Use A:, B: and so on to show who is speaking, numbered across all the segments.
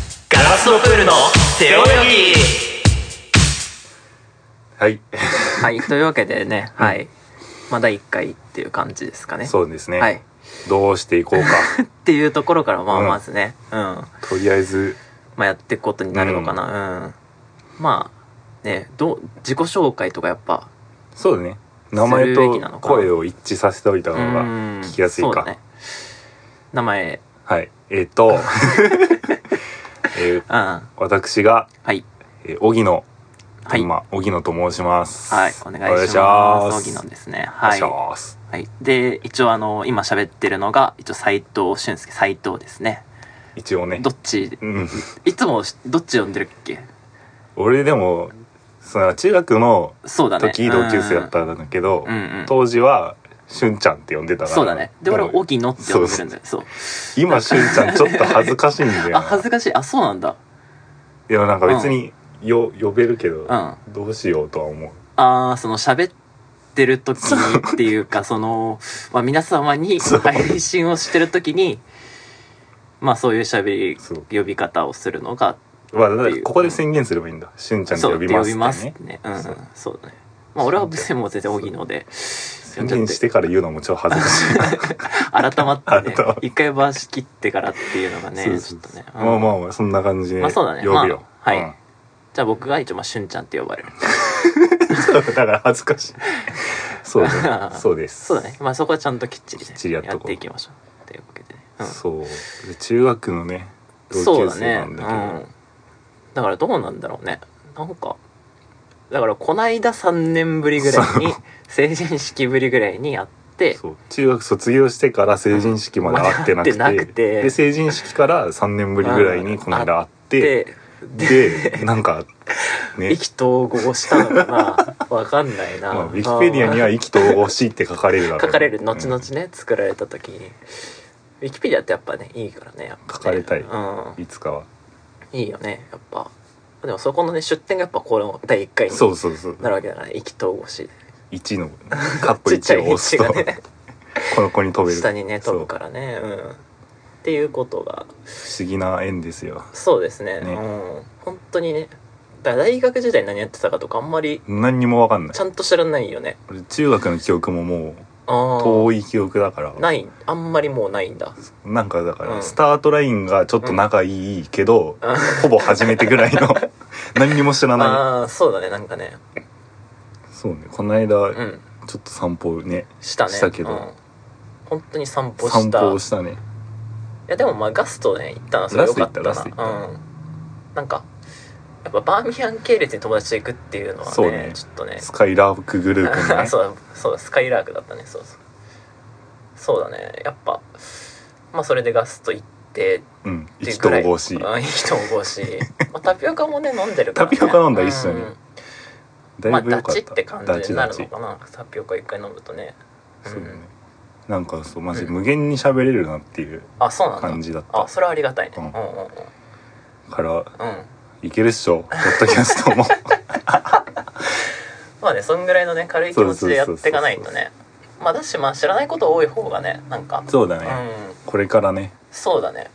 A: ストプールの背泳ぎ
B: はい。
A: はいというわけでねはいまだ1回っていう感じですかね
B: そうですね。
A: はい
B: どうしていこう か。
A: っていうところからまあ
B: うん
A: まずねうん、
B: とりあえず、
A: まあやっていくことになるのかなうん、まあねどう自己紹介とかやっぱ
B: そうだね。名前
A: するべきなのか
B: と
A: な
B: 声を一致させておいた
A: う
B: 方が
A: ん
B: 聞きやすい
A: そうだ
B: か。
A: ね名前
B: はい。えっ、と、 えー
A: うんは
B: 私が、
A: い
B: えー、荻野、
A: はい、
B: まあ、荻野と申します。
A: はい、お願いし
B: お
A: ま
B: 願い
A: す。
B: し
A: 荻野ですね。
B: お願
A: はい
B: し。ます。
A: はい、で、一応あの、今喋ってるのが、一応斉藤俊介、斉藤ですね。
B: 一応ね
A: ど。っち、
B: うん。
A: いつもどっち呼んでるっけ
B: 俺でも、その中学の
A: そうだね。
B: 時、同級生だったんだけど、
A: うんうんうん
B: 当時は、しゅんちゃんって呼んでたから。
A: そうだね。で、俺、
B: も
A: 荻野って呼んでるんだよ。そう。
B: 今、しゅんちゃんちょっと恥ずかしいんだよな。
A: あ、恥ずかしい。あ、そうなんだ。
B: いやなんか別によ、呼べるけど、
A: ん
B: どうしようとは思う
A: あー、その喋ってる時にっていう か、その、まあ、皆様に
B: そう
A: 配信をしてる時に、まあ、そういう喋
B: そう
A: り、呼び方をするのが、
B: まあだか
A: っ
B: ら
A: ていう
B: ここで宣言すればいいんだ「しゅんちゃんと
A: そう
B: 呼びます」って
A: ってね。
B: ね
A: うんうん
B: そう、
A: そうだね。まあ俺は別にもう全然荻野で、
B: 宣言してから言うのもちょっと恥ずかしいから、
A: 改まってね
B: 改まっ、
A: 一回バーし切ってからっていうのがね、
B: そう
A: ち
B: そ
A: ょっ
B: う
A: と
B: そう
A: ね。うん
B: まあまあまあそんな感じで
A: まあ
B: 呼
A: そう
B: ぶ
A: だね
B: よ、
A: まあはい
B: うん
A: じゃあ僕が一応、まあ、しゅんちゃんって呼ばれる。
B: だから恥ずかしいそう だねそうです
A: そうだね。まあそこはちゃんときっちりね、
B: きっちりやっとこう
A: ていきましょう。というわけでね。うん
B: そうで中学のね
A: そ
B: 同
A: う
B: 級
A: だ
B: 生
A: ね。
B: な
A: うんん
B: だけど
A: だからどうなんだろうね。なんか、だからこないだ3年ぶりぐらいに、成人式ぶりぐらいに会って、
B: そう中学卒業してから成人式まで会ってなくて,、
A: うん会ってなくて
B: で成人式から3年ぶりぐらいにこの間会って、
A: で、
B: でなんかね
A: 意気投合したのかなわかんないな。
B: まあ、ウィキペディアには意気投合しいって書かれるだろうね
A: 書かれる後々ね、作られた時にウィキペディアってやっぱねいいからねやっぱね
B: 書かれたい
A: うん
B: うんいつかはい
A: いよねやっぱでもそこのね出典がやっぱこの第1回に
B: そうそうそう
A: なるわけだから意気投合し
B: 1のカップ
A: ちっちゃ
B: 1
A: い
B: を押す
A: 1
B: と
A: がね
B: この子に飛べる
A: 下にね飛ぶからねうんっていうことが
B: そう不思議な縁ですよ
A: そうですね
B: ね
A: うん本当にねだから大学時代何やってたかとかあんまり
B: 何にも分かんない
A: ちゃんと知らないよね
B: 俺中学の記憶ももう
A: ああ
B: 遠い記憶だから
A: ないあんまりもうないんだ
B: なんかだか
A: うん
B: らスタートラインがちょっと仲いいけど、
A: うん
B: ほぼ初めてぐら いの何にも知らな
A: ああそうだねなんかね
B: いそうねこの間ち
A: う
B: ょ
A: ん
B: っと散歩ね
A: したね
B: したけど
A: うん本当に散歩した
B: 散歩をしたね
A: いやでもまあガストね行ったのはそれ良かったな
B: ガスト行ったガスト
A: うんなんかやっぱバーミヤン系列に友達と行くっていうのは
B: そう
A: ね
B: ね
A: ちょっとね
B: スカイラークグループの ね
A: そうだそうだスカイラークだったねそうそうそうだねやっぱまあそれでガスト行って
B: うん
A: っていう
B: 意気
A: ぐら
B: 投
A: い
B: 合しい
A: うん意気投合 し、まあ、タピオカもね飲んでるから、ね、
B: タピオカ飲んだ一緒に
A: うんまあ
B: だいぶ良
A: ダ
B: かっ
A: チったて感じになるのかなタピオカ一回飲むとねうん
B: そうだねなんかそうマジ
A: うん
B: 無限に喋れるなっていう
A: あそうなんだ
B: 感じだった
A: あそれはありがたいね
B: うん
A: うんうん
B: から
A: うんうん
B: いけるっし ょポッドキャストも
A: まあねそんぐらいのね軽い気持ちでやっていかないとねまあだしまあ知らないこと多い方がねなんか
B: そうだ
A: う
B: ね
A: ん
B: これからね
A: そうだね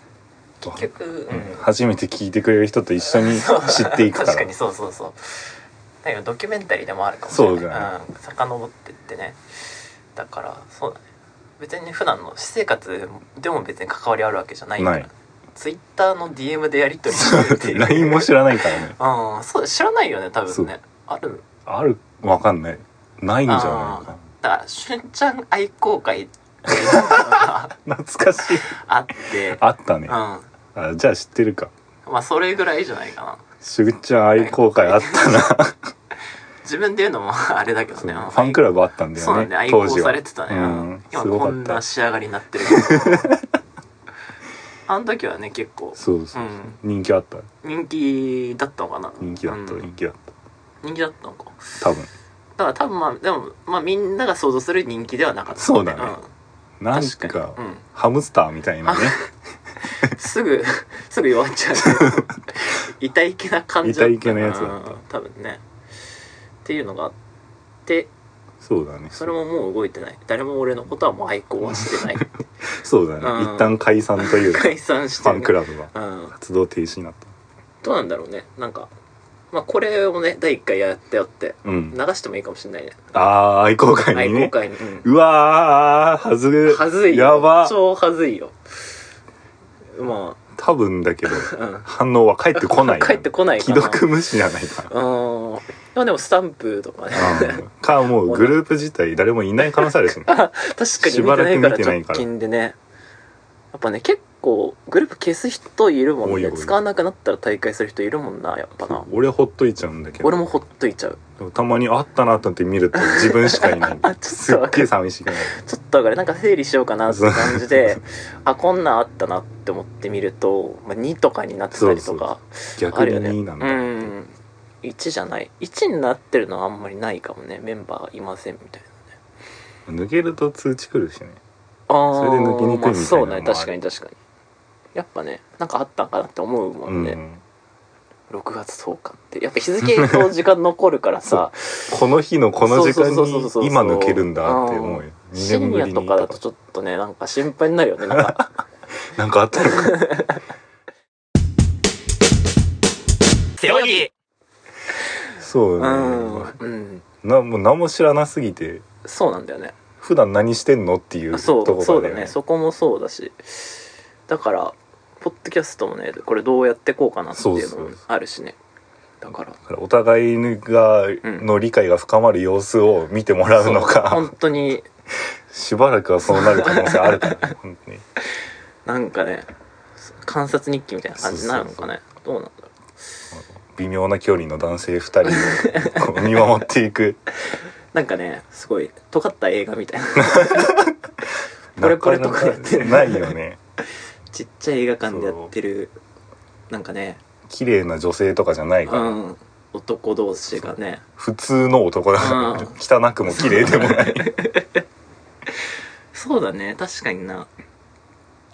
A: 結局う
B: うんん初めて聞いてくれる人と一緒に知っていく か
A: 確かに
B: ら
A: そうそうそうだけどドキュメンタリーでもあるかもしれない
B: そうだね
A: うん、遡ってってねだからそうだね別に普段の私生活でも別に関わりあるわけじゃないから
B: ない
A: ツイッターの DM でやり取りしてるって いう
B: LINE も知らないからね
A: うんそう知らないよね多
B: そ
A: 分
B: う
A: ねある
B: あるわかんないないんじゃないか
A: だからしゅんちゃん愛好会っていうのが
B: な懐かしい
A: あって
B: あったね
A: うん
B: あじゃあ知ってるか
A: まあそれぐらいじゃないかな
B: しぐちゃん愛好会あったな
A: 自分で言うのもあれだけど
B: そう
A: ね
B: ファンクラブあったんだ
A: そう
B: よ
A: なんだね
B: ね
A: 愛
B: 当
A: 好
B: 時
A: さ
B: は
A: れてたね、
B: うん
A: 今
B: すご
A: こ
B: か
A: ん
B: っ
A: な
B: た
A: 仕上がりにな ってるけどあの時はね結構
B: そうそううん人気あった
A: 人気だったのかな
B: 人気だった
A: うん
B: 人気だっ
A: 人気だったのか
B: た多分
A: だから多分まあでもまあみんなが想像する人気ではなかった、
B: そうだね
A: うん、
B: なん
A: 確か
B: か
A: に、うん、
B: ハムスターみたいなね
A: すぐ すぐ弱っち ゃう痛いけな感じだった
B: 痛いけなやつだった
A: うん多分ねっていうのがあって
B: そうだね
A: それももう動いてない誰も俺のことはもう愛好はして ない
B: そうだね、
A: うん
B: 一旦解散というか
A: 解散して
B: ファンクラブが
A: うん
B: 活動停止になった
A: どうなんだろうねなんかまあこれをね第1回やったよって
B: うん
A: 流。してもいいかもしれないね
B: あー、愛好会
A: 愛
B: に
A: 好
B: ね。
A: 会に、うん
B: うわー、はずる。
A: はずいよ
B: やば。
A: 超はずいよま
B: 多分だけど、
A: あ、うん、
B: 反応は返ってこない。
A: 帰ってこないか
B: 既
A: な
B: 読無視じゃないかな。
A: うーんまあでもスタンプとかね
B: うんか、もうグループ自体誰もいない可能性あるしね。
A: 確かに見てないから
B: しばらく見てない
A: 直
B: から
A: 近でねやっぱね結構グループ消す人いるも
B: 多
A: ん
B: いよ
A: ね
B: 多いよ
A: 使わなくなったら大会する人いるもんなやっぱな
B: 俺ほっといちゃうんだけど。
A: 俺もほっといちゃう
B: でもたまにあったなと思って見ると自分しかいな い
A: あちょっと
B: すっげえ寂しくなる
A: ちょっとだからなんか整理しようかな って感じであこんなんあったなって思ってみると、まあ、2とかになってたりとかあ
B: 逆
A: る
B: に
A: よね
B: 2なんだ、
A: うん1じゃない1になってるのはあんまりないかもねメンバーいませんみたいな
B: 抜けると通知来るしね
A: ああ
B: それで抜けにくいみたいなのもある
A: そうね確かに確かにやっぱねなんかあったんかなって思うも
B: うん
A: ね、
B: ん
A: 6月10日ってやっぱ日付と時間残るから さ
B: この日のこの時間
A: そうそうそうそうそう
B: に今抜けるんだって思うよ
A: うん
B: 2
A: 深
B: 年ぶ
A: 夜
B: り
A: と
B: に
A: かだとちょっとねなんか心配になるよねなんか
B: なんかあったのか
A: 背泳ぎ
B: そう
A: う
B: よ
A: ん
B: ね、
A: うん、
B: なもう何も知らなすぎて
A: そうなんだよね
B: 普段何してんのっていう
A: そ
B: とこ
A: うそうだ
B: よ
A: ねそこもそうだしだからポッドキャストもねこれどうやってこうかなっていうのも
B: そうそうそ
A: あるしねだから
B: だからお互いが
A: ん
B: の理解が深まる様子を見てもらうの
A: そう
B: か
A: 本当に
B: しばらくはそうなる可能性あるからね本当に
A: なんかね観察日記みたいな感じになるのかねどうなんだろう
B: 微妙な距離の男性2人をこう見守っていく
A: なんかねすごい尖った映画みたいな これこれとかやってる
B: なかなかないよね
A: ちっちゃい映画館でやってるなんかね
B: 綺麗な女性とかじゃないうから、
A: ん男同士がね
B: 普通の男だから、汚くも綺麗でもない
A: そうだね確かにな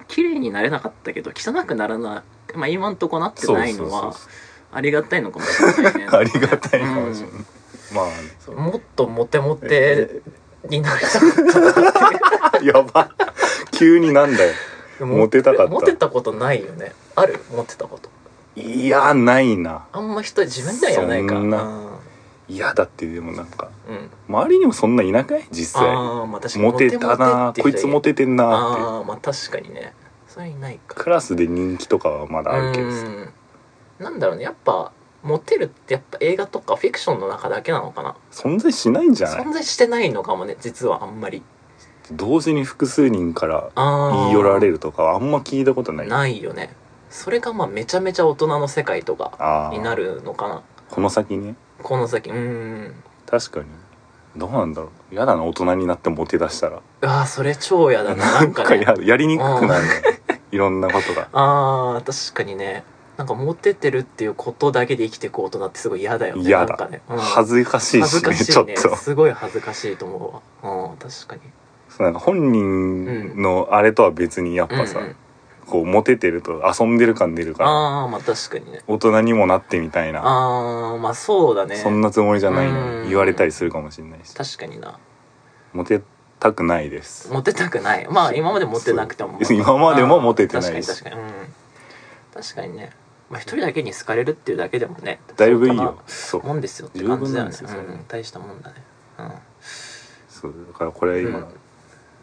A: 綺麗になれなかったけど汚くならないまあ今んとこなってないのは
B: そう
A: ありがたいのかもしれないね
B: ありがたいかもしれない、
A: う
B: ま
A: もっとモテモテになりたかったな
B: あ やば急になんだよ モテたかった
A: モテたことないよねあるモテたこと
B: いやないな
A: あんま人自分では言わないか
B: そんな
A: うん
B: いやだってでもなんか
A: うん
B: 周りにもそんないなくない実際
A: ああまあ確かに
B: モテたなこいつモ
A: テって
B: テてん
A: う人
B: なって
A: ああまあ確かにねそれいないか
B: クラスで人気とかはまだあるけどさ
A: うんなんだろうねやっぱモテるってやっぱ映画とかフィクションの中だけなのかな
B: 存在しないんじゃない
A: 存在してないのかもね実はあんまり
B: 同時に複数人から
A: あー
B: 言い寄られるとかはあんま聞いたことない
A: ないよねそれがまあめちゃめちゃ大人の世界とか
B: あ
A: に
B: ー
A: なるのかな
B: この先ね
A: この先うーん
B: 確かにどうなんだろう嫌だな大人になってモテ出したら
A: うわーそれ超やだな なんかね
B: ややりにくくなるねいろんなことが
A: あー確かにねなんかモテてるっていうことだけで生きていく大人ってすごい嫌だよね
B: 嫌
A: なん
B: だ、
A: かね、うん
B: 恥ずかしい
A: 恥ず
B: し
A: か
B: ね
A: し
B: ちょ
A: い
B: っ
A: ね
B: と
A: すごい恥ずかしいと思うわうん確かに
B: そうなんか本人のあれとは別にやっ
A: うんう
B: ぱさ、
A: ん
B: こうモテてると遊んでる感出るから
A: ああまあ確かにね
B: 大人にもなってみたいな、
A: ああまあそうだね
B: そんなつもりじゃないの
A: うん
B: に言われたりするかもしれないし
A: 確かにな
B: モテたくないです
A: モテたくないまあ今までモテなくても
B: そう今までもモテてないし
A: あー確かに確かにうん確かにねまあ一人だけに好かれるっていうだけでもね
B: だいぶいい
A: 相
B: よ
A: 当
B: そう
A: なもんですよって感じだよね
B: 十分なんです
A: う
B: よ
A: ん大したもんだねう
B: そうだからこれは今、
A: うん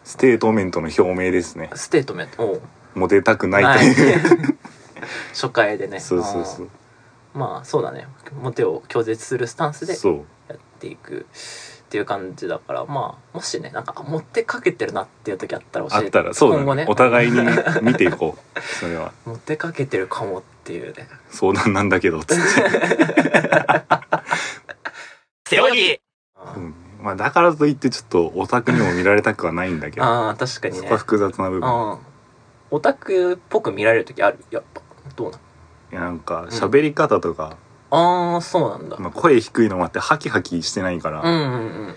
B: ステートメントの表明ですね
A: んステートメントおう
B: モテたくないという、
A: 初回でね
B: そうそうそう
A: うんまあそうだねモテを拒絶するスタンスで
B: そう
A: やっていくっていう感じだからまあもしねなんかあ持ってかけてるなっていう時あったら教
B: あ
A: え
B: ってたらそう
A: 今後
B: だね
A: ね
B: お互いに見ていこうそれは
A: 持ってかけてるかもっていうね
B: 相談なんだけどつって、
A: 背泳ぎ
B: うんまあ、だからといってちょっとオタクにも見られたくはないんだけど
A: ああ確かに
B: そ
A: ね
B: こは複雑な部
A: う
B: 分
A: んオタクっぽく見られる時あるやっぱどうなん
B: いやなんか喋り方とか、
A: ああそうなんだ、
B: まあ、声低いのもあってハキハキしてないから、
A: うんうんうんうん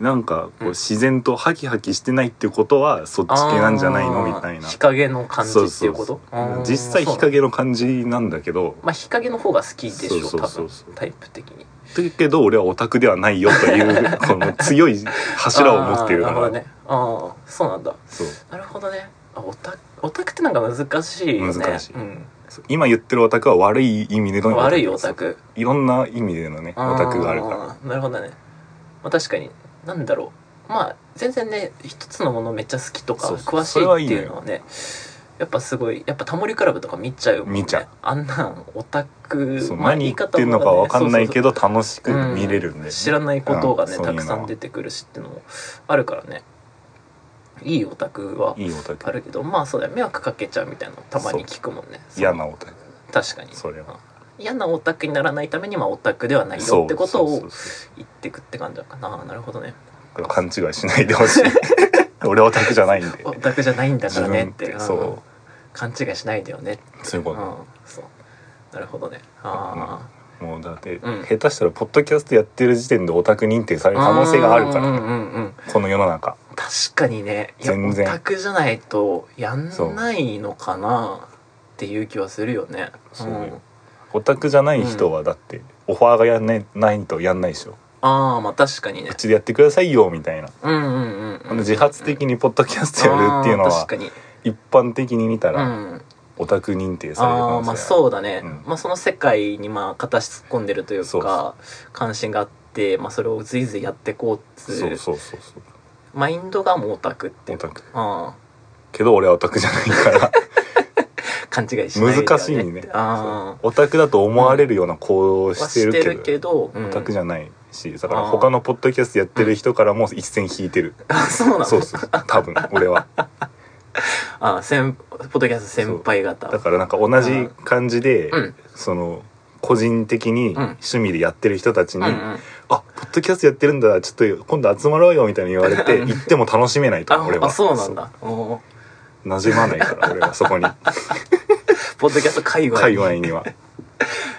B: なんか
A: う
B: こうん自然とハキハキしてないってことはそっち系なんじゃないのみたいな
A: あー日陰の感じ
B: そう
A: って
B: そ
A: いう
B: う
A: こと
B: そう実際日
A: そう
B: 陰の感じなんだけど
A: まあ日陰の方が好きでしょ
B: そうそう
A: 多
B: そう
A: 分
B: そう
A: タイプ的に
B: だけど俺はオタクではないよという この強い柱を持っている
A: あー
B: か
A: なるほ
B: ら、
A: どねああそうなんだ
B: そう
A: なるほどねあオタオタクってなんか難しいよね
B: 難しい
A: うん、
B: そう今言ってるオタクは悪い意味での
A: 悪いオ
B: そ
A: タ
B: う
A: ク
B: いろんな意味でのねオタクがあるから
A: らなるほどね、まあ、確かになんだろうまあ全然ね一つのものめっちゃ好きとか
B: そうそう
A: 詳しいっていうのはねやっぱすごいやっぱタモリクラブとか見ちゃうもん、ね、
B: 見ちゃう
A: あんなんオタク
B: そう
A: まあ
B: 何言ってんのか
A: 言い
B: わ
A: 方
B: か
A: も
B: ん
A: ね
B: ないけど楽し
A: そうそうそう
B: く見れるん
A: う
B: で
A: ん知らないことが
B: う
A: ね
B: んそういう
A: た
B: の
A: く
B: は
A: さん出てくるしっていうのもあるからねいいオタクはい
B: いオタ
A: あ
B: ク
A: るけどまあそうだよ迷惑かけちゃうみたいなのたまに聞くもんね
B: 嫌なオタク
A: 確かに
B: それは
A: 嫌なオタクにならないためにまあオタクではないよってこと
B: そうそ
A: を
B: うそう
A: 言ってくって感じだかななるほどね
B: だから勘違いしないでほ しい俺オタクじゃないんで
A: オタクじゃないんだからねって
B: 自分って
A: うん
B: そ
A: 勘違いしないでよねって
B: そういう
A: うん
B: こと
A: そうなるほどねああ
B: もうだって、
A: うん
B: 下手したらポッドキャストやってる時点でオタク認定される可能性があるか
A: う
B: ら
A: んうんうんうん
B: この世の中
A: 確かにねいや
B: 全
A: オ
B: 然
A: タクじゃないとやんないのかなっていう気はするよね
B: そう
A: うん
B: よオタクじゃない人はだってオファーがやんないないとやんないでしょ
A: ああまあ確かにね
B: うちでやってくださいよみたいな
A: うんうんうん
B: 自発的にポッドキャストやるっていうの
A: あー
B: は
A: 確かに
B: 一般的に見た
A: う
B: ら
A: ん
B: オタク認定される可
A: ああ
B: 能性
A: まあそうだね、
B: うん
A: まあ、その世界にまあ形突っ込んでるというか
B: そうそ
A: 関心があって、まあ、それを随々やってこうっつ
B: そうそうそうそう
A: マインドがもうオタクってい
B: オ
A: う
B: タク
A: あ
B: けど俺はオタクじゃないから
A: あ勘違 いしないでよね
B: 難しいね
A: あ
B: オタクだと思われるような行動を
A: あは
B: し
A: してて
B: る
A: る
B: け
A: け
B: ど
A: ど、うん
B: オタクじゃないしだから
A: あー
B: 他のポッドキャストやってる人からも一線引いてる
A: あそうなの
B: そうそう多分俺は
A: ああ先ポッドキャスト先輩方
B: だからなんか同じ感じで
A: うん
B: その個人的に
A: ん
B: 趣味でやってる人たちに「
A: うん
B: あ
A: うん、
B: ポッドキャストやってるんだちょっと今度集まろうよ」みたいに言われて
A: うん
B: 行っても楽しめないと
A: あ
B: 思う俺は
A: あそうなんだおー
B: そう馴染まないから俺はそこ に
A: ポッドキャスト界隈
B: 界隈には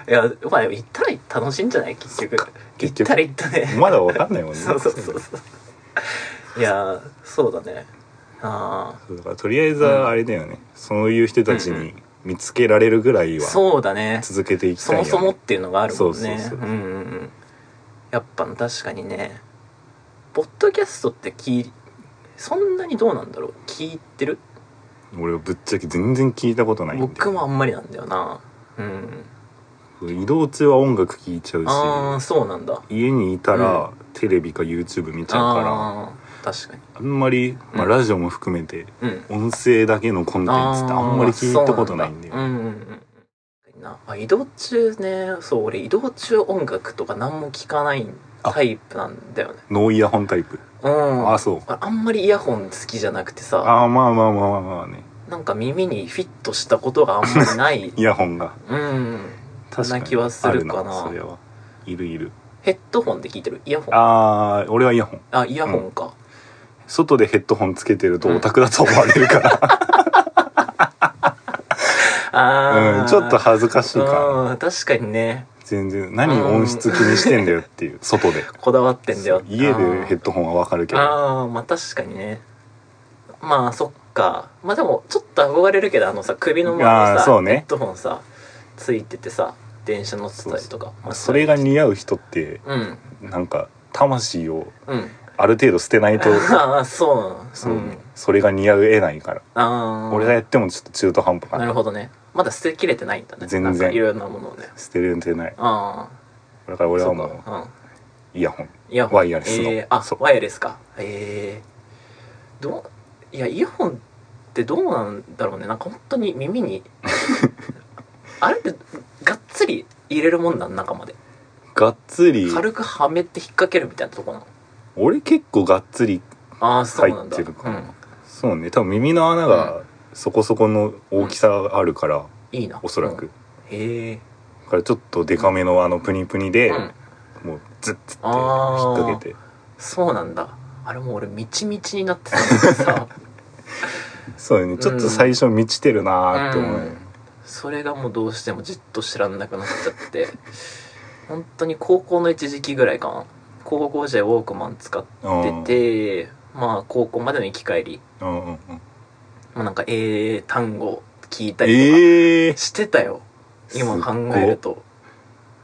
B: い
A: やまあ行ったら楽しいんじゃない結局
B: そっか結
A: 行っ
B: 局
A: たら行ったね
B: まだ分かんないもんね
A: そうそうそうそう。いやー、そうだね。あ
B: そうだからとりあえずはあれだよね、そういう人たち
A: うんう
B: に見つけられるぐらい
A: あ、
B: は
A: そうだね。
B: 続けていき
A: そ
B: たいよ、
A: も
B: ね、
A: そもっていうのがあるもんね。
B: そうそうそう
A: うんうんうん。やっぱ確かにね、ポッドキャストって聞い、そんなにどうなんだろう聞いてる
B: 俺はぶっちゃけ全然聞いたことないんで
A: 僕もあんまりなんだよな。うん。
B: 移動中は音楽聴いちゃ
A: あ
B: う
A: あ、
B: し
A: そうなんだ。
B: 家にいた
A: う
B: らテレビか YouTube 見ちゃうから、あ
A: ああ、確かに。
B: んまり、まあ、
A: うん
B: ラジオも含めて
A: うん。
B: 音声だけのコンテンツってあんまり聞いたことないんだよ
A: あーそうなんだうんうんうんなあ移動中ねそう俺移動中音楽とか何も聞かない
B: あ
A: タイプなんだよね
B: ノーイヤホンタイプ、
A: うん
B: あ
A: あ
B: あそう
A: あんまりイヤホン好きじゃなくてさ
B: ああまあまあまあまあまあね
A: なんか耳にフィットしたことがあんまり ない
B: イヤホンが
A: うん
B: 確かに
A: な気はするかな
B: あそれはいるいる
A: ヘッドホンで聞いてるイヤホンあ
B: ああ俺はイヤホン
A: イヤホンか、
B: 外でヘッドホンつけてるとオタクだと思われ るから、
A: ああ、
B: うん、ちょっと恥ずかしいから
A: うん確かにね
B: 全然何音質気にしてんだよっていう外で
A: こだわ ってんだよ
B: 家でヘッドホンはわかるけど
A: ああまあ確かにねまあそっかまあでもちょっと憧れるけどあのさ首の前に
B: あー
A: さ
B: そうね
A: ヘッドホンさついててさ電車乗ってたりとかまあ
B: それが似合う人って
A: うん
B: なんか魂を
A: うん
B: ある程度捨てないと
A: ああそうなの
B: そう、
A: ん、
B: それが似合うえないから、
A: ああ
B: 俺がやってもちょっと中途半端か
A: なる
B: な
A: ほどねまだ捨てきれてないんだね
B: 全然
A: なんかいろんなものをね
B: 捨てれてない
A: ああ
B: だから俺はも
A: そうかうん
B: イヤホン
A: イヤホン
B: ワイヤレスの
A: えーあ
B: そう
A: ワイヤレスかえー、どういやイヤホンってどうなんだろうねなんか本当に耳 にあれってがっつり入れるもんなん中まで
B: がっつり
A: 軽くはめて引っ掛けるみたいなとこなの
B: 俺結構がっつり
A: ああそうなんだ
B: 入ってるか
A: う、
B: なんそうね多分耳の穴がそこそこの大きさがあるから、
A: いいな
B: おそらく、
A: うんへえ
B: だからちょっとデカめのあのプニプニで、
A: うん
B: もうズッズッて引
A: あー
B: っ掛けて
A: そうなんだあれもう俺みちみちになってたからさ
B: そうだねちょっと最初満ちてるなーって思う、
A: うんそれがもうどうしてもじっと知らんなくなっちゃって本当に高校の一時期ぐらいかな高校時代ウォークマン使っててまあ高校までの行き帰り
B: うんうんうん
A: もうなんか英単語聞いたりと
B: ええー、
A: かしてたよ、今考えると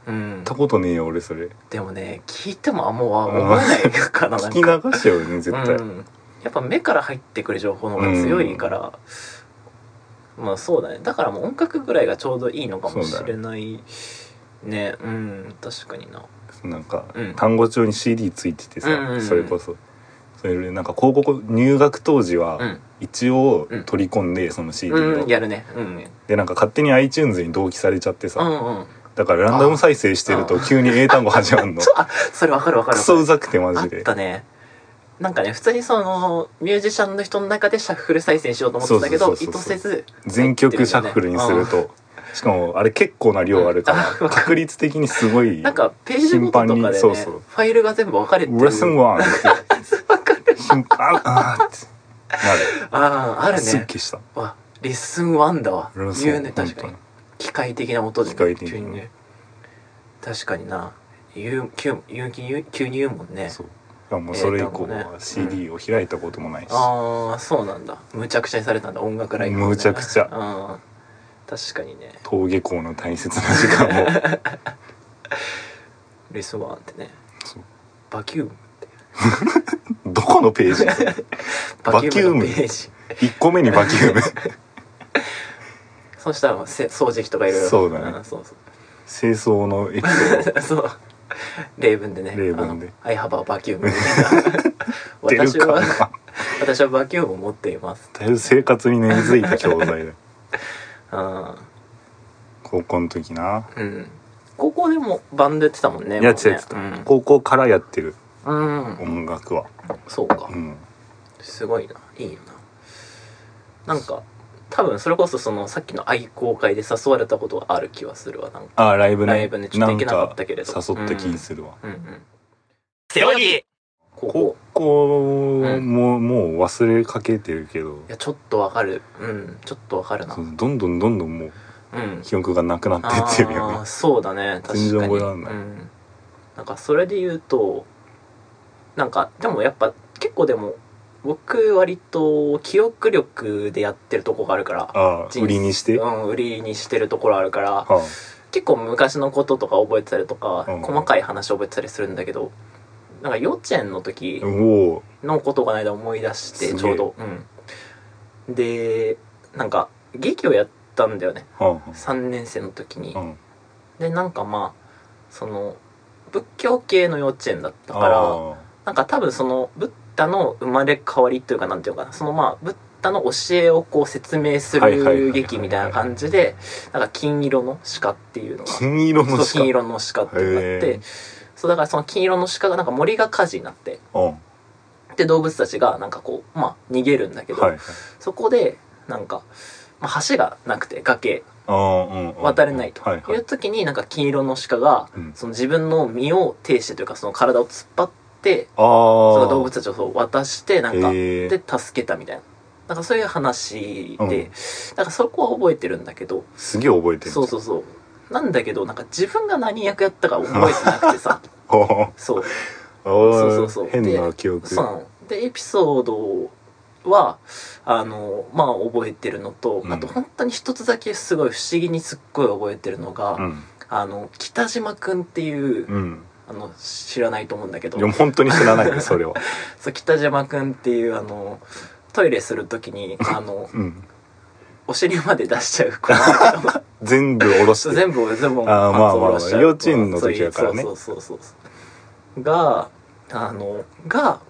A: うん
B: 行ったことねえよ俺それ
A: でもね聞いてもあんま思わないからなんか
B: 聞き流しちゃうよね絶対、
A: うんやっぱ目から入ってくる情報の方が強いから、まあそうだねだからもう音楽ぐらいがちょうどいいのかもしれないねうん確かにな
B: なんか、
A: うん
B: 単語帳に CD ついててさ、
A: うんうんうん
B: それこそそれでなんか高校入学当時
A: う
B: は
A: ん
B: 一応
A: うん
B: 取り込んで、その CD を、
A: うんやるねうん
B: でなんか勝手に iTunes に同期されちゃってさ、
A: うんうん
B: だからランダム再生してると急に英単語始ま るの
A: あそれわかるわか
B: ク
A: るわか
B: ソ
A: る
B: うざくてマ
A: あ
B: ジ
A: っ
B: で
A: たねなんかね普通にそのミュージシャンの人の中でシャッフル再生しようと思ってたけ
B: そ
A: ど
B: うそう
A: 意
B: そう
A: 図
B: そ
A: せ
B: う
A: ず
B: 全曲シャッフルにすると、しかもあれ結構な量あるから、
A: うんあ
B: 確率的にすごい
A: なんかページごととかで
B: 頻繁
A: ね
B: にそうそう
A: ファイルが全部分かれて
B: 「レッスン
A: る
B: ワ ン」って瞬間あーってな
A: あああ
B: る
A: る
B: すっ
A: ね
B: きした
A: わレッスン1だわ
B: レッスン
A: 言うね確かに
B: 本
A: 機械的な音で、ね、
B: 機械的な
A: 急にね確かにな言う急急に急に言うもんね
B: そういやもうそれ以降
A: 英単語
B: は
A: ね
B: CD を開いたこともないし、
A: ああそうなんだむちゃくちゃにされたんだ音楽ライブ、ね、
B: むちゃくちゃ
A: うん確かにね
B: 登下校の大切な時間 を
A: レッスン1ってね
B: そう
A: バキューム
B: どこのページ
A: バキュームの
B: バキューム
A: ページ
B: 1個目にバ キューム
A: そしたらせ掃除機とかいろいろ
B: そうだね
A: んそうそう
B: 清掃のエピソード
A: そう例文でね
B: 例文で
A: 「アイハバーバキューム」 みたいな
B: 出
A: 私
B: るか
A: は
B: な
A: 私はバキュームを持っています
B: だいぶ生活に根付いた教 材だ
A: うん
B: 高校の時な
A: うん高校でもバンドやってたもんね
B: やってた
A: もうね
B: やってた、高校からやってる
A: うん、うん
B: 音楽は
A: そうか
B: うん
A: すごいないいよななんか多分それこそそのさっきの愛好会で誘われたことはある気はするわなんか
B: あーライブね
A: ライブねちょっと行けなかったけれど
B: なんか誘った気にするわ、
A: うんうん背泳ぎ高校
B: 高校も、もう忘れかけてるけど
A: いやちょっとわかるうんちょっとわかるな
B: そうのどんどんどんどんもうん記憶がな くな
A: あ
B: ってってるよ
A: ー
B: ね
A: そうだね確かに
B: 全然覚えらんない
A: うん、なんかそれで言うとなんかでもやっぱ結構でも僕割と記憶力でやってるとこがあるから
B: ああ
A: 人生
B: 売りにして、
A: う
B: あ
A: ん売りにしてるところあるから
B: あ
A: 結構昔のこととか覚えてたりとか、
B: うん
A: 細かい話覚えてたりするんだけどなんか幼稚園の時
B: おお
A: のことがないだ思い出して
B: すげえ
A: ちょうど、うん、でなんか劇をやったんだよね
B: は
A: 3年生の時に
B: あ、うん、
A: でなんかまあその仏教系の幼稚園だったから
B: あ
A: なんか多分そのブッダの生まれ変わりというかなんていうのかなそのまあブッダの教えをこう説明す
B: はいはいはいは
A: る
B: い
A: 劇みたいな感じでなんか金色の鹿っていうのが
B: ー金色
A: そ
B: の
A: う
B: しか
A: 金色の鹿っていうのがあっ
B: へ
A: て
B: え
A: そうだからその金色の鹿がなんか森が火事になって
B: うん
A: で動物たちがなんかこうまあ逃げるんだけど、
B: はいはい
A: そこでなんか、まあ、橋がなくて崖
B: あーうんうん
A: 渡れないと
B: はいはいいう
A: 時になんか金色の鹿が
B: うん
A: その自分の身を挺してというかその体を突っ張って
B: ああ
A: その動物たちをそう渡してなんか
B: へえ
A: で助けたみたいななんかそういう話で、
B: うん
A: なんかそこは覚えてるんだけど
B: すげえ覚えてる
A: そうそうそうなんだけどなんか自分が何役やったか覚えてなくて さ
B: おー
A: そう
B: おー
A: そうそうそう
B: 変な記憶
A: そうなのでエピソードはあのまあ覚えてるのと、
B: うん
A: あと本当に一つだけすごい不思議にすっごい覚えてるのが、
B: うん
A: あの北島くんっていう、
B: うん
A: あの知らないと思うんだけど
B: いや本当に知らないねそ れは
A: そう北島くんっていうあのトイレするときにあの
B: うん
A: お尻まで出しちゃう 子なんだけど
B: 全部下ろ
A: そ
B: し
A: う
B: て
A: 全部ズボン
B: あーまあまあまあ
A: パンツ下ろしちゃう
B: 幼稚園の時だからね
A: そうそうそうそうがあのが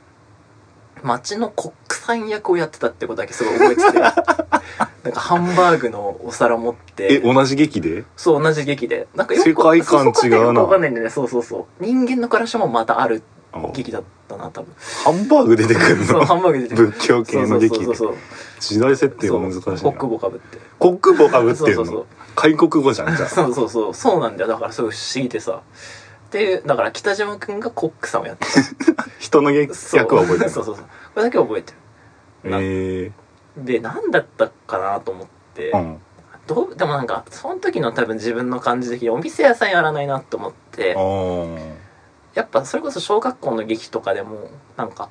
A: 町のコックさん役をやってたってことだけすごい覚えて てなんかハンバーグのお皿持って
B: え同じ劇で
A: そう同じ劇でなんかよく
B: 世界観違うな
A: そうそこはねよくわかんないんだよねそうそうそう人間の暮らしもまたある
B: あー
A: 劇だったな多分
B: ハンバーグ出てくる
A: そう
B: の
A: ハンバーグ出てくる
B: 仏教系の劇
A: そう
B: で
A: そうそうそう
B: 時代設定が難しいな
A: そう国母かぶって
B: コック帽かぶって
A: そう
B: る
A: そ
B: の
A: うそう
B: 開国語じゃんじゃ
A: そうそうそうそうなんだよだからすごい不思議でさでだから北島君がコックさんをやって た
B: あ人の役
A: そう
B: は覚えて る
A: そうそうそうこれだけ覚えてるな
B: え
A: で何だったかなと思って、
B: えうん
A: どうでもなんかその時の多分自分の感じ的にお店屋さんやらないなと思って
B: あー
A: やっぱそれこそ小学校の劇とかでもなんか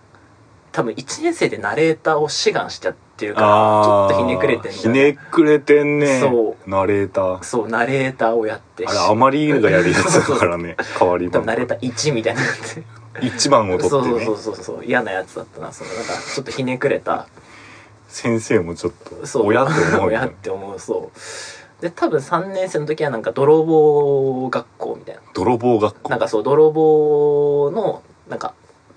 A: 多分1年生でナレーターを志願しちゃってるからちょ
B: あ
A: っ
B: ー
A: とひねくれてん
B: ひ
A: よね
B: ねくれてんね
A: そ
B: ナレーター
A: そうナレーターをやって
B: あれあまりがやるやつだからね変わり
A: 多分
B: 版
A: ナレーター1みたいになって
B: 一番を取
A: そう
B: って
A: そ
B: ね
A: うそうそうそう嫌なやつだったなそのなんかちょっとひねくれた
B: 先生もちょっ
A: そ
B: と
A: う
B: 親って思うよ
A: 親っ
B: ね
A: て思うそうで多分3年生の時はなんか泥棒学校みたいな
B: 泥棒学校
A: なんかそう泥棒のなんか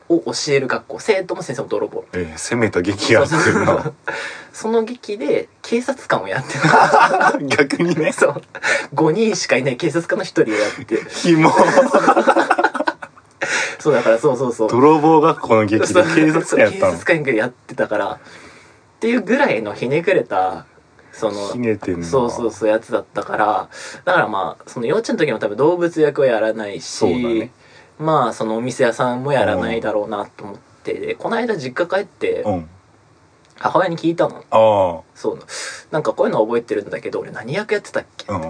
A: を教える学校生徒も先生も泥棒
B: ええ攻めた劇やってるな
A: その劇で警察官をやってた
B: 逆にね
A: そう5人しかいない警察官の1人をやって
B: ひも
A: そうだからそうそうそう
B: 泥棒学校の劇
A: そ
B: で
A: う
B: 警察官やっ
A: 警
B: た
A: 察官がやってたからっていうぐらいのひねくれたその
B: のひねてんの
A: そうそうそうやつだったからだからまあその幼稚園の時も多分動物役はやらないし、
B: そうだね
A: まあそのお店屋さんもやらないだろうなと思ってでこの間実家帰って
B: うん
A: 母親に聞いたの
B: あ
A: そうなんかこういうの覚えてるんだけど俺何役やってたっけ
B: あうん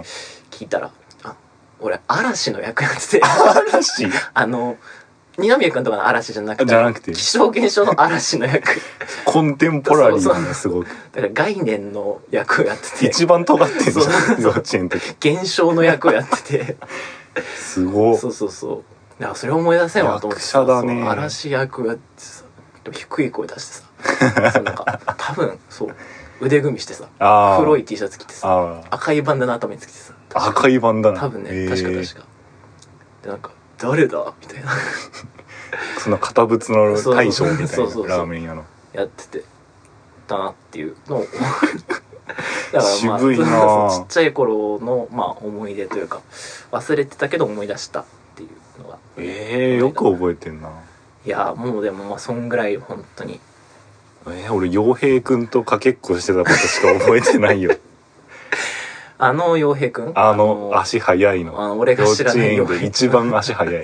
A: 聞いたら「あ俺嵐の役やって て
B: 嵐
A: あの二宮君とかの嵐じゃなくて
B: じゃなくて
A: 気象現象の嵐の役
B: コンテンポラリーなのすごく
A: だから概念の役をやってて
B: 一番尖ってんじ
A: そう
B: ゃん幼稚園の時
A: 現象の役をやってて
B: すごい
A: そうそうそうだからそれを思い出せんわと思ってさ
B: 役者だね
A: そう嵐役やってさでも低い声出してさ そうなんか多分そう腕組みしてさ
B: ああ
A: 黒い T シャツ着てさ
B: ああ
A: 赤いバンダナ頭につけてさ
B: 赤い版だな
A: 多分
B: へ
A: ね
B: え
A: 確か確かでなんか「誰だ?」みたいな
B: その堅物の大将みたいな
A: そうそうそう
B: ラーメン屋の
A: やっててだなっていうのを だからまあ
B: 渋いなあ
A: そうそうちっちゃい頃のまあ思い出というか忘れてたけど思い出したっていうのが
B: ええよく覚えてんない
A: やもうでもまあそんぐらい本当に
B: えー、俺洋平くんとかけっこしてたことしか覚えてないよ
A: あの洋平くん
B: あの足速いの
A: あの俺が
B: 幼
A: 知ら
B: 稚
A: ない洋
B: 園
A: 平
B: で一番足速い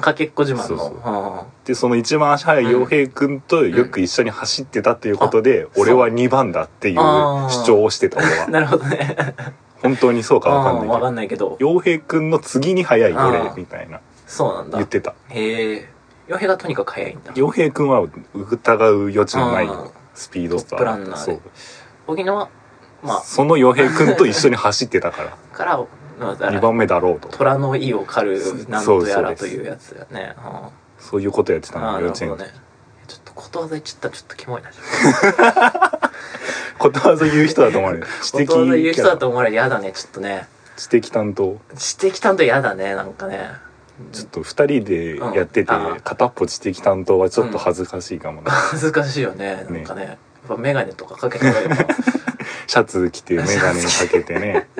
A: かけっこ自慢の
B: そうそう
A: うん
B: でその一番足速い洋平くんとよく一緒に走ってたっていうことで、
A: そう
B: 俺は2番だっていう主張をしてた俺は
A: なるほどね
B: 本当にそうかわかんな
A: う
B: い
A: ん
B: け
A: わか
B: ど
A: んないけど
B: 洋平くんの次に速い
A: あ
B: 俺
A: ー
B: みたいな
A: そうなんだ
B: 言ってた
A: へえ洋平がとにかく早いんだ
B: 洋平くんは疑う余地のない
A: うん
B: スピードスタ
A: トップラン
B: ー
A: ナーで
B: そう
A: 沖縄まあ
B: その洋平くんと一緒に走って たから
A: から、まあ、だ
B: 2
A: から
B: 番目だろうと
A: 虎の意を狩
B: そ
A: るなんとやら
B: そ
A: と
B: うです
A: いうやつだよねあ
B: そういうことやって
A: あ
B: た
A: ーな
B: の幼
A: る
B: 稚園
A: ほど
B: で
A: ねちょっとことわざ言っちゃったらちょっとキモいな
B: ことわざ言う人だと思われる 知
A: こ
B: 的
A: とわざ言う人だ
B: キャ
A: と思われるやだねちょっとね
B: ラ知的担当
A: 知的担当やだねなんかね
B: ちょっと2人でやってて、
A: うんあー
B: 片っぽ知的担当はちょっと恥ずかしいかもな、
A: 恥ずかしいよねなんかねやっぱ眼鏡とかかけてないから
B: シャツ着て眼鏡かけて ね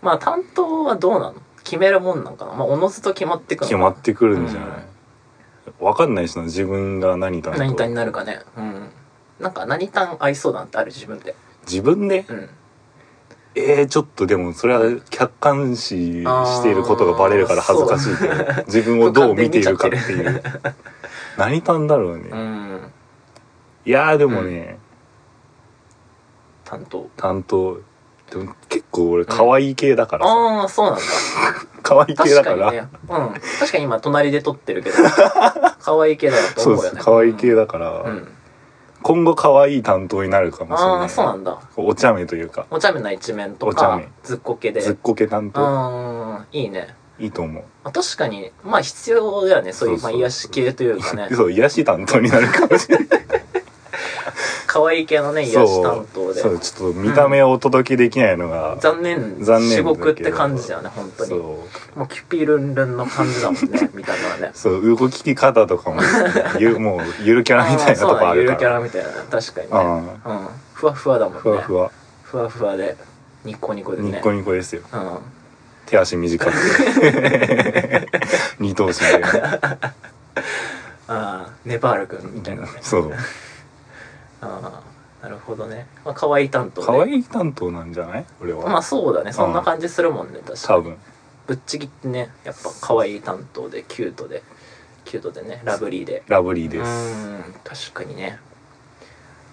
A: まあ担当はどうなの決めるもんなんかなまあおのずと決まってくの
B: 決まってくるんじゃない、わかんないしな自分が何担
A: 何単
B: 当
A: になるかねうんなんか何単合いそうだなってある自分で
B: 自分で、
A: うん
B: えー、ちょっとでもそれは客観視していることがバレるから恥ずかしいけど、自分をどう見ているかっていう何担だろうね、
A: うん
B: いやーでもね、
A: 担当
B: 担当でも結構俺可愛い系だからさ、
A: ああそう なんだ
B: 可愛い系
A: 確
B: だか
A: かに
B: ら、
A: ねうん確かに今隣で撮ってるけ ど可愛い系だなと
B: そう
A: 思う
B: で
A: よ
B: す
A: ね
B: 可愛い系だから、
A: うんうん
B: 今後可愛い担当になるかもしれない
A: ああそうなんだ
B: お茶目というか
A: お茶目な一面と
B: お茶
A: か
B: 目
A: ずっこけで
B: ずっこけ担当
A: うんいいね
B: いいと思う
A: まあ確かにまあ必要だよねそういう
B: そう
A: ま
B: そう
A: あ癒し系というかね
B: そう癒し担当になるかもしれない
A: 可愛い系のね 癒し担当で
B: そうちょっと見た目をお届けできないのが、
A: 残念
B: 残念だけ
A: 至
B: ど
A: 極って感じだよね本当
B: そ
A: に
B: う
A: もうキュピルンルンの感じだもん ね見た目はね
B: そう動き方とかも、 ゆもうゆるキャラみたいなとこ
A: あーそうだ
B: ある
A: ねゆる
B: か
A: キャ
B: ら
A: ラみたいな確かにね
B: うん
A: うんふわふわだもんね
B: ふわふわ
A: ふわふわでニッコニコで
B: ニ
A: ね
B: ッコニコですよ
A: うん
B: 手足短く て二頭身で
A: あーネパール君みたいなね
B: そう
A: あーなるほどねまあ可愛い担当ね
B: 可愛い担当なんじゃない俺は、
A: まあそうだねそんな感じするもんね確か
B: 多
A: に
B: 分
A: ぶっちぎってねやっぱ可愛い担当でキュートでキュートでねラブリーで
B: ラブリー
A: う
B: で
A: ー
B: す
A: ん確かにね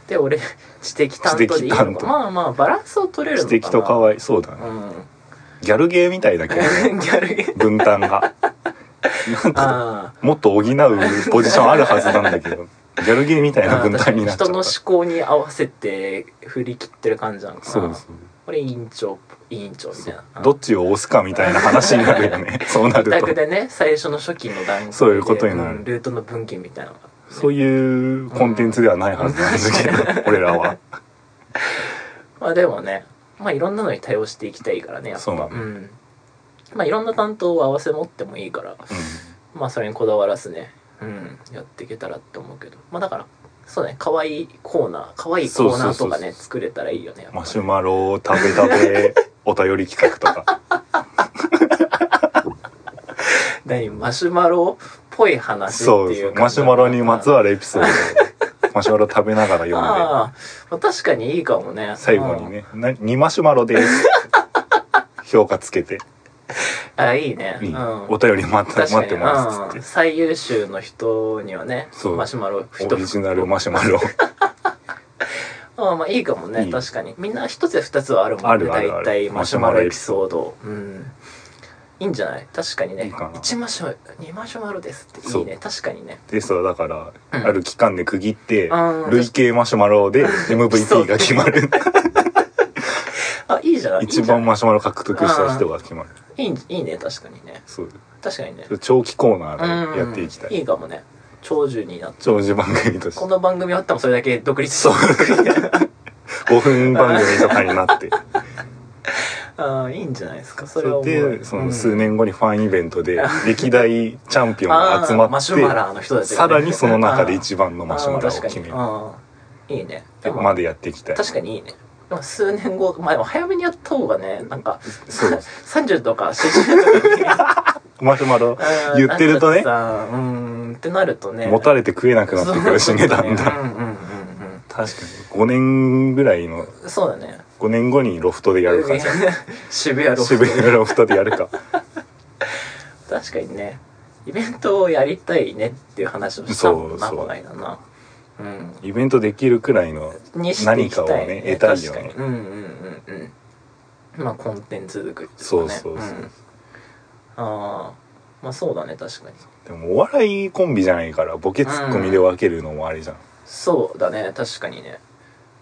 A: で俺 知的担当でいいの
B: 知的担
A: か
B: 当
A: まあまあバランスを取れる
B: 素
A: のかな
B: 敵と可愛いそう だねギャルゲーみたいだけど
A: うんギャルゲー
B: 分担がなんか
A: あ
B: もっと補うポジションあるはずなんだけどギャルゲーみたい
A: ー
B: な
A: あー
B: 分
A: 確か
B: 担
A: に
B: になっちゃっ
A: 人の
B: た
A: 思考に合わせて振り切ってる感じなのかな
B: そうそう
A: これ委員長委員長みたいな
B: どっちを押すかみたいな話になるよねそうな
A: 委
B: ると
A: 託でね最初の初期の段階で
B: そういうことになる
A: んルートの分岐みたいなのが
B: そういうコンテンツではないはずなんですけど、俺らは
A: まあでもねまあいろんなのに対応していきたいからねやっぱ
B: そうだね
A: んまあいろんな担当を合わせ持ってもいいからまあそれにこだわらずねうんやっていけたらって思うけどまあだからそうね可愛いコーナー可愛いコーナーとか
B: そうそうそう
A: ね作れたらいいよねやっ
B: うん
A: ぱ
B: マシュマロ食べ食べお便り企画と か
A: 何マシュマロっぽい話って
B: そう
A: い
B: そううマシュマロにまつ
A: る
B: わるエピソードをマシュマロ食べながら読んで
A: ああ、まあ、確かにいいかもね
B: 最後にね「な2マシュマロです」評価つけて
A: うんあいいね
B: 「いい
A: うん
B: お便り待って
A: 確かに
B: 待ってます」っつ
A: う
B: っ
A: ん
B: て
A: 最優秀の人にはね
B: そう
A: マシュマロ一
B: オリジナルマシュマロ
A: ああまあいいかもね
B: いい
A: 確かにみんな一つや二つはあるもんね
B: あるあるあ
A: 大
B: る
A: 体マ
B: マ
A: シ
B: シ
A: ュ
B: ュ
A: マ
B: マ
A: ロ
B: ロ
A: エ
B: エ
A: ピ
B: ピ
A: ソ
B: ソ
A: ードうんいいんじゃない確かにね
B: いいかな
A: 1マシュマロ2マシュマロですっていい
B: そ
A: うね確かにね
B: でそうだから、
A: うん
B: ある期間で区切って
A: あー
B: 累計マシュマロで
A: そう
B: MVP が決まる
A: あいいじゃないいいじ
B: 一
A: ゃない
B: 番マシュマロ獲得した人が決まる
A: いいいいね確かにね
B: そう
A: 確かにね
B: 長期コーナー
A: うん
B: でやっていきたい、
A: いいかもね長寿になって
B: 長寿番組として
A: この番組あったもそれだけ独立し
B: そう5分番組とかになって
A: ああいいんじゃないですか そ
B: そ
A: れは
B: れ
A: 思う
B: でその数年後にファンイベントで歴代チャンピオンが集
A: あー
B: ま
A: マ
B: っ
A: シュマラー
B: て
A: の人たちがね
B: さらにその中で一番のマシュマロを決め
A: あー確
B: る
A: かにうんいいねでも
B: までやっていきたい
A: 確かにいいねでも数年後まあでも早めにやった方がねなんか
B: そう
A: 30とか40とか
B: マシュマロ
A: に
B: 言ってると
A: な
B: ね
A: っちゃってさうーんってなるとね
B: 持たれて食えなくなってくるしね
A: そう
B: だ
A: そうそうん
B: だん
A: うんうんうん
B: 確かに5年ぐらいの
A: うんそうだね
B: 5年後にロフトでやるかじゃ
A: 渋谷
B: あ
A: ロ
B: 渋
A: フ
B: 谷のロフトでやるか
A: ト確かにねイベントをやりたいねっていう話をしたもんな
B: そうそう
A: こないだなうん
B: イベントできるくらいの
A: にしていきたい、
B: 何かをね得たいよね
A: 確かにうんうんうんうんまあコンテンツ作りとかね
B: そうそうそうん
A: ああまあそうだね確かに
B: でもお笑いコンビじゃないからボケツッコミで分けるのもあれじゃん、
A: そうだね確かにね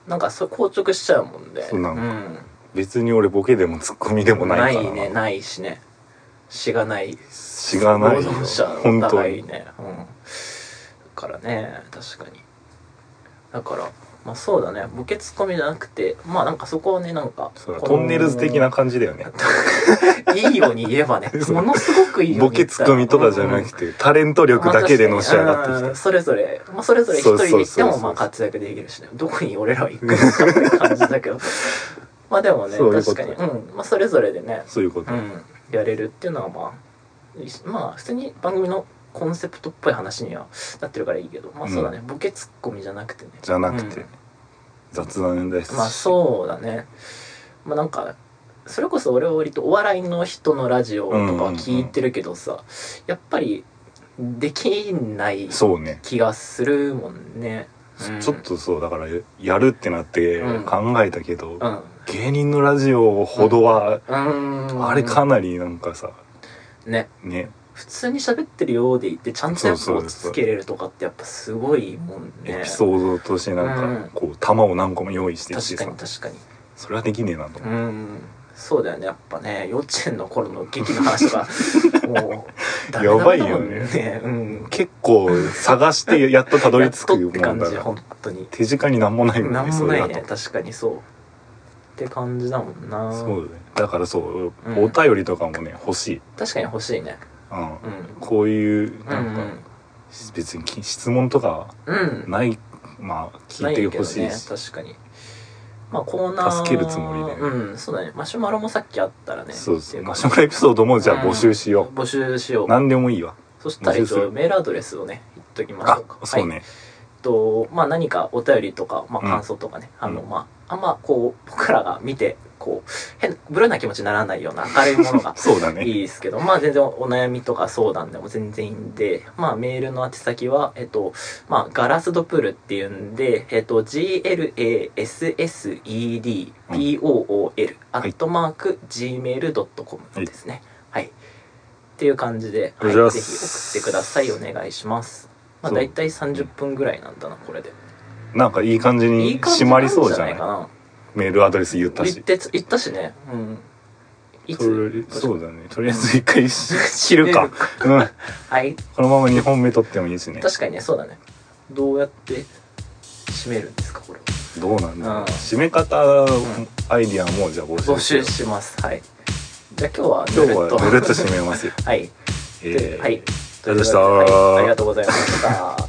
A: なんかそう硬直しちゃうもんで
B: そうなんか
A: ん
B: 別に俺ボケでもツッコミでもないから
A: ねないしねしがない
B: しがないよ
A: 労働者
B: 本
A: お
B: 当
A: 互い
B: に
A: ねうんだからね確かにだからまあそうだねボケツッコミじゃなくてまあなんかそこをねなんか
B: そうトンネルズ的な感じだよね
A: いいように言えばね
B: そう
A: ものすごくいいよう
B: ボ
A: に言
B: ケ
A: っ
B: ツ
A: た
B: ッ
A: ら
B: コミとかじゃなくてタレント力だけでのし上がって
A: うん
B: き
A: それぞれ、まあ、それぞれ一
B: そう
A: 人
B: そう
A: で行って
B: そう
A: も
B: そう
A: まあ活躍できるしねどこに俺らは行くのかっていう感じだけど まあでもね
B: そういうこ
A: 確
B: と
A: かに、うんまあ、それぞれでね
B: た、そういうこと、
A: うん、やれるっていうのはまあいいしまあ普通に番組のコンセプトっぽい話にはなってるからいいけどまあそうだね、ボケツッコミじゃなくてね
B: じゃなくて、
A: うん
B: 雑談ですし
A: まあそうだねまあなんかそれこそ俺は割とお笑いの人のラジオとかは聞いてるけどさ、やっぱりできない
B: そうね
A: 気がするもんね、うん
B: ちょっとそうだからやるってなって
A: うん
B: 考えたけど、
A: うん
B: 芸人のラジオほどは、
A: うん
B: あれかなりなんかさ
A: ね
B: ね
A: 普通に喋ってるようでいてちゃんとやっぱ
B: そうそう
A: 落ち着けれるとかってやっぱすごいもんね
B: エピソードとしてなん
A: うん
B: かこう弾を何個も用意してき
A: 確
B: て
A: かに確
B: さ
A: かに
B: それはできねえなと思
A: う
B: うん
A: そうだよねやっぱね幼稚園の頃の劇の話とか もうダメダメだもん
B: やばいよね
A: うん
B: 結構探してやっとたどり着く
A: や
B: も
A: っと
B: ん
A: って
B: だか
A: 感じ
B: ら
A: 本当に
B: 手近になんもないもん
A: な
B: ね
A: んも
B: そ
A: な
B: れ
A: い
B: だ
A: ね
B: と
A: 確かにそうって感じだもんな
B: そうだねだからそう
A: うん
B: お便りとかもね欲しい
A: 確かに欲しいね
B: うん
A: うん
B: こういう
A: う
B: なんか
A: ん
B: 別にき質問とか
A: うん
B: ないまあ聞いてほしいし
A: ないけどね、確かにまあコーナー
B: 助けるつもりでね
A: うんそうだねマシュマロもさっきあったらね
B: そうそうマシュ
A: マ
B: マロエピソードもじゃあ募集しよ
A: 募集しよ
B: う
A: う
B: 何でもいいわ
A: そしたら
B: 募集
A: 一
B: する
A: 応メールアドレスをね言っときましょ
B: あ
A: うか
B: そう
A: はい、
B: ね
A: えっとまあ何かお便りとか、まあ、
B: うん
A: 感想とかね、あの
B: うん
A: まああんまこう僕らが見てこう変ブルな気持ちにならないような明るいものが
B: そうだ ね
A: いいですけど、まあ全然お悩みとか相談でも全然いいんで、まあメールの宛先は、えっと、まあガラスドプールっていうんで、えっと、glasssedpool、アットマーク gmail.com ですね。はい。っていう感じで、
B: あ
A: は
B: り
A: い、
B: がとうござ
A: ぜ
B: い
A: ひ
B: ます
A: 送ってください。お願いします。まあ
B: そう
A: 大体30分ぐらいなんだな、これで。
B: なんかいい感じ
A: い
B: に
A: い感じ
B: 締
A: な
B: ま
A: ん
B: り
A: じゃ
B: そうじゃ
A: な
B: ないい
A: かな。
B: メールアドレス言った
A: 言っ
B: して
A: 言ったしねうんい
B: と
A: つ
B: りそうだねとりあえず一回し知る
A: 知
B: か
A: る、
B: うん、
A: はい
B: このまま2本目取ってもいいですね
A: 確かにねそうだねどうやって締めるんですかこれ
B: どうなんだろ
A: うん
B: う締め方アイディアもじゃあ募
A: 募
B: 集
A: 集
B: して
A: しますはいじゃあ今日は
B: 今
A: ぬる
B: 日
A: っと
B: はぬるっと締めますよ、
A: はい、
B: え ー
A: はい
B: ありがとうございました
A: はいありがとうございました